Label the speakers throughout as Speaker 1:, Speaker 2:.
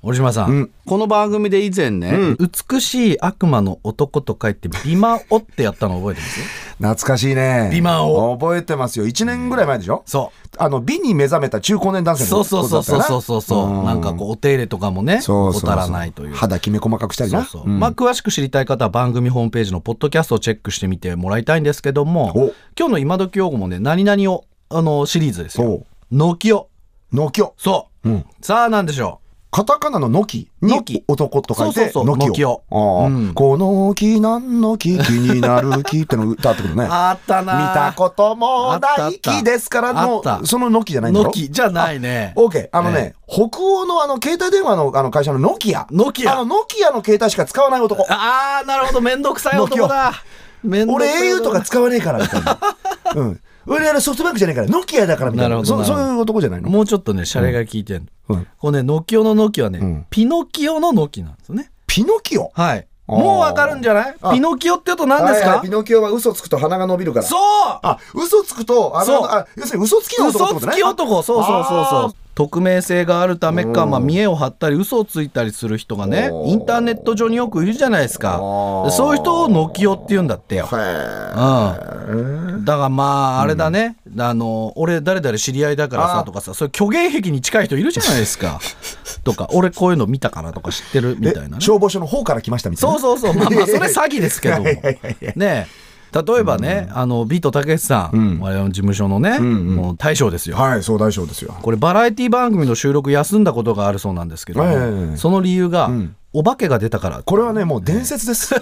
Speaker 1: 折島さん、
Speaker 2: うんこの番組で以前ね、
Speaker 1: 美しい悪魔の男と書いて美魔男ってやったの覚えてます
Speaker 2: 懐かしいね。
Speaker 1: 美魔王
Speaker 2: 覚えてますよ。1年ぐらい前でしょ
Speaker 1: そ
Speaker 2: あの、美に目覚めた中高年男
Speaker 1: う
Speaker 2: 性
Speaker 1: そ
Speaker 2: の
Speaker 1: うそうそうそうそうそうそう
Speaker 2: うん
Speaker 1: なんかこうお手入れとかもね
Speaker 2: そうそうそう
Speaker 1: 怠らないという
Speaker 2: 肌きめ細かくしたり
Speaker 1: そう
Speaker 2: な。
Speaker 1: そう、
Speaker 2: うん
Speaker 1: まあ詳しく知りたい方は番組ホームページのポッドキャストをチェックしてみてもらいたいんですけども
Speaker 2: お
Speaker 1: 今日の今時用語もね何々をあのシリーズですよ
Speaker 2: そ
Speaker 1: のきを
Speaker 2: う。のきを。
Speaker 1: そう、
Speaker 2: うん
Speaker 1: さあ何でしょ
Speaker 2: カタカナののき
Speaker 1: のき
Speaker 2: に男と書いて、
Speaker 1: そうそうそう
Speaker 2: のきを。ああ
Speaker 1: うん
Speaker 2: この木なんの木気になる木っての歌ってこと
Speaker 1: う
Speaker 2: ね。
Speaker 1: あった
Speaker 2: 見たこともない木ですから
Speaker 1: あったあっ
Speaker 2: の、
Speaker 1: た
Speaker 2: そののきじゃないんだろ
Speaker 1: のきじゃないね
Speaker 2: オーケー。あのね、北欧のあの、携帯電話のあの会社のノキア。
Speaker 1: ノキア
Speaker 2: あの、ノキアの携帯しか使わない男。
Speaker 1: ああなるほど面倒くさい男だ面倒く
Speaker 2: 俺
Speaker 1: さい
Speaker 2: au とか使わねえから、みたい な。うん。俺あのソフトバンクじゃねえから、ノキアだから、みたい
Speaker 1: な
Speaker 2: な。
Speaker 1: るほど
Speaker 2: そ
Speaker 1: なるほ
Speaker 2: そ
Speaker 1: ど
Speaker 2: ういう男じゃないの
Speaker 1: もうちょっとねシャレが効いてんの、
Speaker 2: うん
Speaker 1: このねのきおののきはね、
Speaker 2: うん
Speaker 1: ピノキオののきなんですよね
Speaker 2: ピノキオ。
Speaker 1: はい
Speaker 2: あー
Speaker 1: もうわかるんじゃない
Speaker 2: あ
Speaker 1: ピノキオって言うと何ですか、
Speaker 2: はいはいピノキオは嘘つくと鼻が伸びるから。
Speaker 1: そう
Speaker 2: あ、嘘つくと、あ
Speaker 1: そう
Speaker 2: の、あ要するに嘘つきの男って
Speaker 1: 嘘
Speaker 2: こと
Speaker 1: つ
Speaker 2: ね。
Speaker 1: き男そうそうそうそう匿名性があるためか、
Speaker 2: うん
Speaker 1: まあ、見栄を張ったり嘘をついたりする人がね
Speaker 2: おー
Speaker 1: インターネット上によくいるじゃないですか
Speaker 2: あー
Speaker 1: でそういう人をのきおって言うんだってよ、
Speaker 2: は
Speaker 1: うん、だがまああれだね、あの俺誰々知り合いだから
Speaker 2: あ
Speaker 1: さ
Speaker 2: ー
Speaker 1: とかさそれ虚言癖に近い人いるじゃないです かとか俺こういうの見たからとか知ってるみ
Speaker 2: え
Speaker 1: たいな、ね、
Speaker 2: 消防署の方から来ましたみた
Speaker 1: そ
Speaker 2: いな
Speaker 1: う。そうそうまあまあそれ詐欺ですけ どもねえ例えばね、あのビートたけしさん、
Speaker 2: うん
Speaker 1: 我々の事務所のね、
Speaker 2: んうん
Speaker 1: もう大将ですよ、
Speaker 2: はい、総大将ですよ。
Speaker 1: これバラエティ番組の収録休んだことがあるそうなんですけども、
Speaker 2: はいはいはい
Speaker 1: その理由が、
Speaker 2: うん
Speaker 1: お化けが出たから
Speaker 2: これはね、もう伝説 です。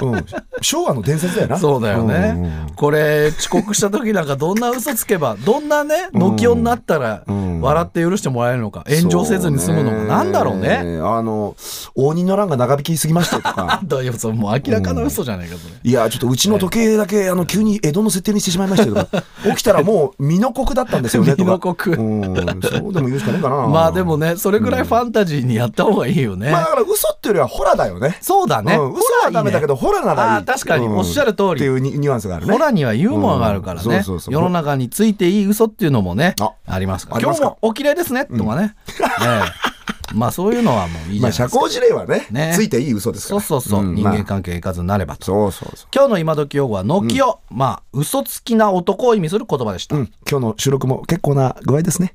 Speaker 2: うん。昭和の伝説だよな。
Speaker 1: そうだよね、
Speaker 2: うんうんうん
Speaker 1: これ遅刻した時なんかどんな嘘つけば どんなねのきおになったら
Speaker 2: うん
Speaker 1: 笑って許してもらえるのか炎上せずに済むの
Speaker 2: そ
Speaker 1: か
Speaker 2: う
Speaker 1: なんだろうね。。
Speaker 2: あの、応仁の乱が長引きすぎましたとか
Speaker 1: だよそれもう明らかな嘘じゃないかそれ。
Speaker 2: いや、ちょっとうちの時計だけ、あの、急に江戸の設定にしてしまいましたけど、起きたらもう、美濃国だったんですよね、とか。
Speaker 1: 美濃国
Speaker 2: うん、そうでも言うしかねえかな。
Speaker 1: まあでも。ねそれぐらいファンタジーにやった方がいいよね、
Speaker 2: まあだから、嘘っていうよりは、ホラだよね。
Speaker 1: そうだね、
Speaker 2: うん、嘘はダメだけど、ホラならい
Speaker 1: あー
Speaker 2: い。
Speaker 1: 確かに
Speaker 2: うん
Speaker 1: おっしゃる通り
Speaker 2: っていうニニュアンスがあるね。
Speaker 1: ホラにはユーモアがあるから
Speaker 2: うんそ
Speaker 1: ね
Speaker 2: うそうそう
Speaker 1: 世の中についていい嘘っていうのもね
Speaker 2: あ
Speaker 1: ありますから
Speaker 2: あり
Speaker 1: 今
Speaker 2: ま
Speaker 1: 日
Speaker 2: すか
Speaker 1: もお綺麗ですねとかね、ええまあそういうのはもういいじゃ な
Speaker 2: まあ、
Speaker 1: いです
Speaker 2: 社
Speaker 1: か、
Speaker 2: 交辞令はね
Speaker 1: ね
Speaker 2: ついていい嘘ですか
Speaker 1: そ
Speaker 2: ら。
Speaker 1: うそうそう、
Speaker 2: ん
Speaker 1: 人間
Speaker 2: まあ
Speaker 1: 関係いかずになればと
Speaker 2: そうそうそう。
Speaker 1: 今日の今時用語は、のきを、まあ、嘘つきな男を意味する言葉でした。
Speaker 2: うん、今日の収録も結構な具合ですね。